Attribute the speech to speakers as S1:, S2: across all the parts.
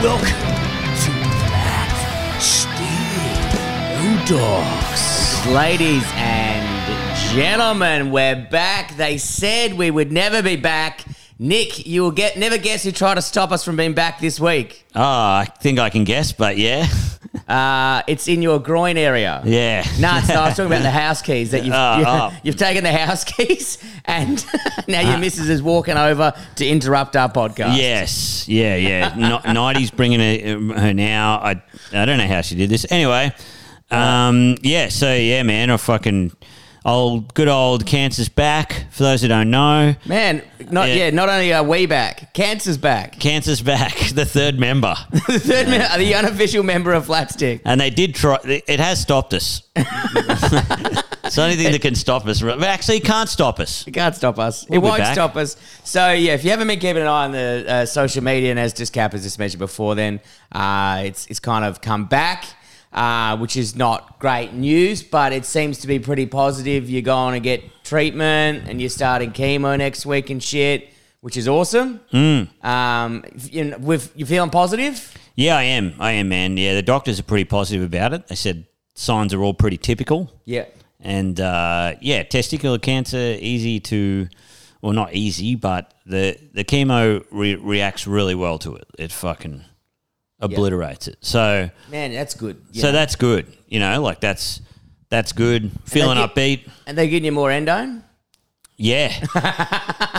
S1: Welcome to Black Steel Dogs.
S2: Ladies and gentlemen, we're back. They said we would never be back. Nick, you will get never guess who tried to stop us from being back this week.
S3: Oh, I think I can guess, but yeah.
S2: Uh, it's in your groin area.
S3: Yeah.
S2: No, it's not. I was talking about the house keys that you've
S3: Oh,
S2: you,
S3: oh.
S2: have taken the house keys, and now your missus is walking over to interrupt our podcast.
S3: Yes. Yeah, yeah. No- Nighty's bringing her, her now. I I don't know how she did this. Anyway, um, yeah, so yeah, man, I fucking old good old cancer's back. For those who don't know,
S2: man. Not yeah.
S3: Yeah.
S2: Not only are we back, cancer's back.
S3: cancer's back, the third member.
S2: the third, member, the unofficial member of Flatstick.
S3: And they did try it has stopped us. it's the only thing that can stop us. But actually it can't stop us.
S2: It can't stop us. it
S3: be
S2: won't
S3: back.
S2: stop us. So yeah, if you haven't been keeping an eye on the uh, social media, and as Discap has just mentioned before, then uh, it's it's kind of come back, uh, which is not great news, but it seems to be pretty positive. You're going to get treatment, and you're starting chemo next week and shit, which is awesome.
S3: Hmm.
S2: Um, if you know, with you feeling positive?
S3: Yeah, I am. I am, man. Yeah, the doctors are pretty positive about it. They said signs are all pretty typical.
S2: Yeah.
S3: And uh, yeah, testicular cancer easy to, well, not easy, but the the chemo re- reacts really well to it. It fucking obliterates it. So
S2: Man, that's good. you
S3: so
S2: know.
S3: that's good. You know, like that's that's good. Feeling
S2: get-
S3: upbeat.
S2: and they're giving you more endone?
S3: Yeah.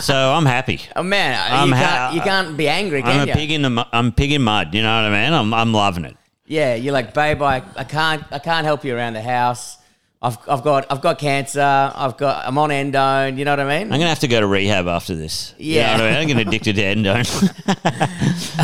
S3: so I'm happy.
S2: Oh man,
S3: I'm
S2: you, can't,
S3: ha-
S2: you can't be angry, can
S3: I'm
S2: you?
S3: a pig in the mu- I'm pig in mud. You know what I mean? I'm I'm loving it.
S2: Yeah, you're like, babe, I, I can't I can't help you around the house. I've, I've got I've got cancer. I've got I'm on endone. You know what I mean?
S3: I'm gonna have to go to rehab after this.
S2: Yeah.
S3: you know what I mean? I'm getting addicted to endone.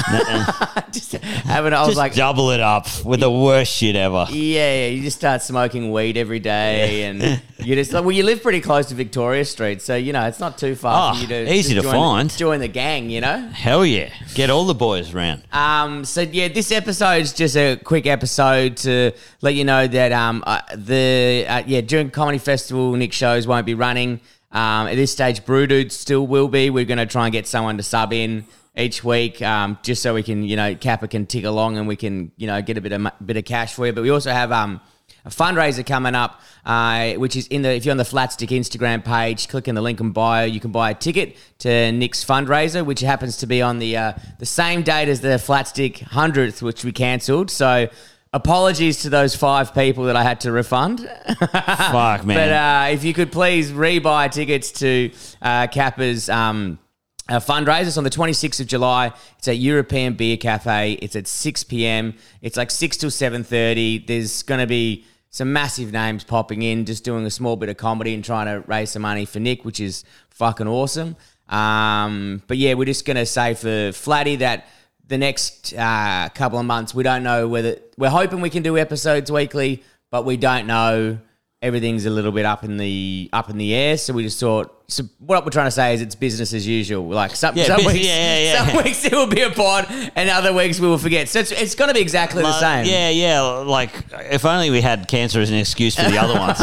S2: Just having, I was
S3: Just
S2: like, yeah,
S3: double it up with the worst shit ever.
S2: yeah. You just start smoking weed every day, and you just like, well, you live pretty close to Victoria Street, so you know it's not too far
S3: Oh,
S2: for you to
S3: easy
S2: just
S3: to
S2: join
S3: find.
S2: The, join the gang, you know.
S3: Hell yeah! Get all the boys around.
S2: Um, so yeah, this episode's just a quick episode to let you know that um, uh, the uh, yeah during comedy festival, Nick shows won't be running. Um, at this stage, Brew Dude still will be. We're going to try and get someone to sub in each week, um, just so we can you know Kappa can tick along and we can you know get a bit of mo- bit of cash for you. But we also have um. A fundraiser coming up, uh, which is in the if you're on the Flatstick Instagram page, click in the link in bio, you can buy a ticket to Nick's fundraiser, which happens to be on the uh, the same date as the Flatstick hundredth, which we cancelled. So apologies to those five people that I had to refund.
S3: Fuck man.
S2: But uh, if you could please rebuy tickets to uh, Kappa's um, uh, fundraiser. It's on the 26th of July. It's at European Beer Cafe. It's at 6 p.m. It's like 6 till 7.30. There's going to be some massive names popping in, just doing a small bit of comedy and trying to raise some money for Nick, which is fucking awesome. Um, but yeah, we're just going to say for Flatty that the next uh, couple of months. We don't know whether we're hoping we can do episodes weekly, but we don't know. Everything's a little bit up in the up in the air, so we just thought. So what we're trying to say is it's business as usual. Like some,
S3: Yeah,
S2: some
S3: bus-
S2: weeks,
S3: yeah, yeah, yeah.
S2: some weeks it will be a pod, and other weeks we will forget. So it's, it's going to be exactly the
S3: Like,
S2: same.
S3: Yeah, yeah. Like if only we had cancer as an excuse for the other ones,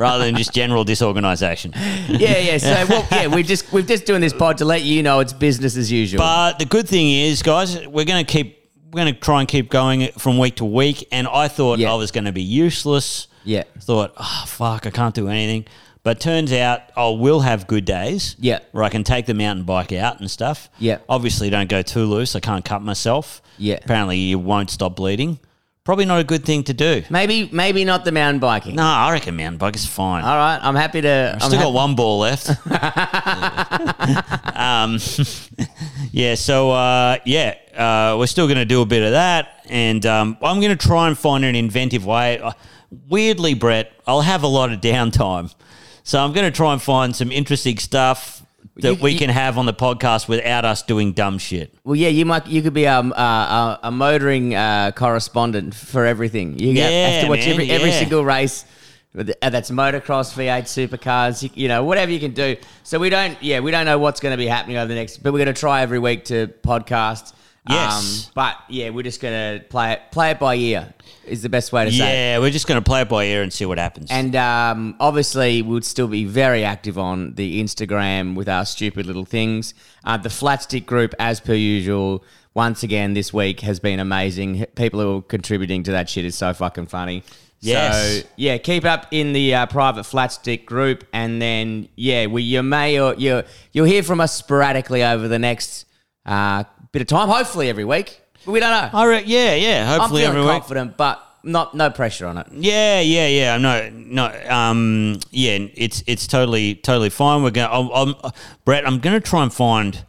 S3: rather than just general disorganisation.
S2: yeah, yeah. So well, yeah, we're just we're just doing this pod to let you know it's business as usual.
S3: But the good thing is, guys, we're going to keep. We're going to try and keep going from week to week. And I thought
S2: Yeah.
S3: I was going to be useless.
S2: Yeah.
S3: Thought, oh fuck, I can't do anything. But turns out I will have good days.
S2: Yeah.
S3: Where I can take the mountain bike out and stuff.
S2: Yeah.
S3: Obviously, don't go too loose. I can't cut myself.
S2: Yeah.
S3: Apparently, you won't stop bleeding. Probably not a good thing to do.
S2: maybe maybe not the mountain biking.
S3: No, I reckon mountain bike is fine.
S2: All right, I'm happy to. Uh, I'm
S3: I've still
S2: happy-
S3: got one ball left. um, yeah, so uh, yeah, uh, we're still going to do a bit of that, and um, I'm going to try and find an inventive way. Uh, Weirdly, Brett, I'll have a lot of downtime, so I'm going to try and find some interesting stuff that
S2: You-
S3: we
S2: you-
S3: can have on the podcast without us doing dumb shit.
S2: Well, yeah, you might you could be um, uh, a, a motoring uh, correspondent for everything. You get- have to
S3: Yeah,
S2: watch
S3: man,
S2: every every
S3: yeah.
S2: single race. with- uh, That's motocross, V8 supercars, you, you know, whatever you can do. So we don't, yeah, we don't know what's going to be happening over the next, but we're going to try every week to podcast. Um,
S3: Yes.
S2: but yeah, we're just gonna play it play it by ear is the best way to say it.
S3: Yeah, we're just going to play it by ear and see what happens.
S2: And um, obviously, we'd still be very active on the Instagram with our stupid little things. Uh, the Flatstick group, as per usual, once again this week has been amazing. People who are contributing to that shit is so fucking funny.
S3: Yes.
S2: So yeah, keep up in the uh, private Flatstick group, and then yeah, we you may or you you'll hear from us sporadically over the next uh, bit of time. Hopefully every week, but we don't know.
S3: I re- yeah, yeah.
S2: I'm
S3: Hopefully
S2: feeling
S3: every week.
S2: confident, but not no pressure on it.
S3: Yeah, yeah, yeah. I'm not, no, um, yeah. It's it's totally totally fine. We're going. I'm, I'm uh, Brett. I'm going to try and find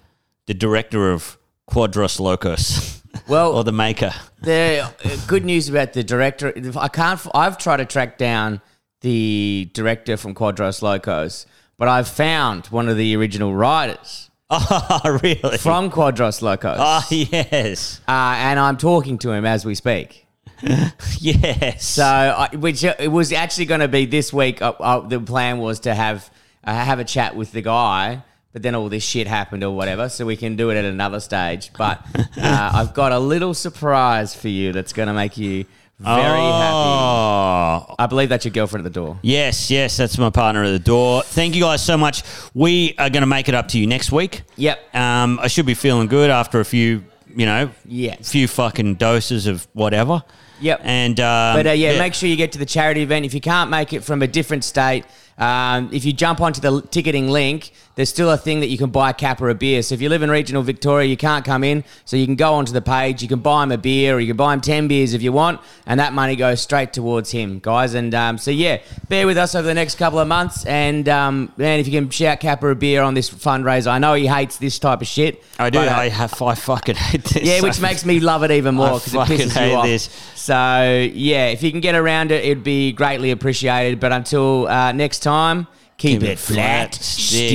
S3: the director of Quadros Locos.
S2: Well-
S3: or the maker.
S2: the uh, good news about the director i can't f- i've tried to track down the director from quadros locos but i've found one of the original writers
S3: Oh, really?
S2: from quadros locos uh,
S3: oh, yes,
S2: and i'm talking to him as we speak
S3: yes.
S2: so I, which uh, it was actually going to be this week uh, uh, the plan was to have uh, have a chat with the guy but then all this shit happened or whatever so we can do it at another stage but uh, i've got a little surprise for you that's going to make you very happy
S3: Oh,
S2: I believe that's your girlfriend at the door.
S3: Yes, yes, that's my partner at the door. Thank you guys so much. We are going to make it up to you next week.
S2: Yep.
S3: Um, I should be feeling good after a few, you know,
S2: Yes.
S3: few fucking doses of whatever.
S2: Yep.
S3: And um,
S2: but uh, yeah, make sure you get to the charity event. If you can't make it from a different state, um, if you jump onto the l- ticketing link, there's still a thing that you can buy a cap or a beer. So if you live in regional Victoria, you can't come in. So you can go onto the page, you can buy him a beer, or you can buy him 10 beers if you want. And that money goes straight towards him, guys. And um, so yeah, bear with us over the next couple of months. And um, man, if you can shout cap or a beer on this fundraiser, I know he hates this type of shit.
S3: I do.
S2: but, uh,
S3: I have. I fucking hate this.
S2: Yeah, which
S3: so
S2: makes me love it even more
S3: I
S2: because it
S3: fucking
S2: pisses
S3: hate
S2: you off.
S3: this.
S2: So yeah, if you can get around it, it'd be greatly appreciated. But until uh, next time, keep, it, flat, stick.
S3: stick.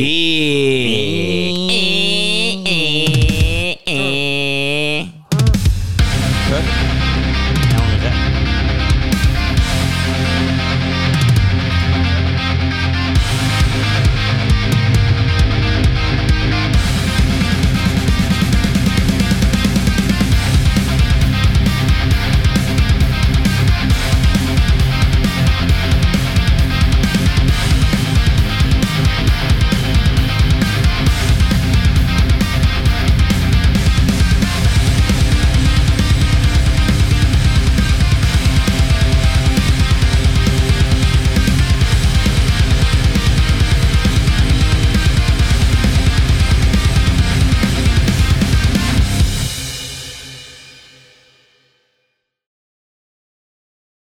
S3: Eh,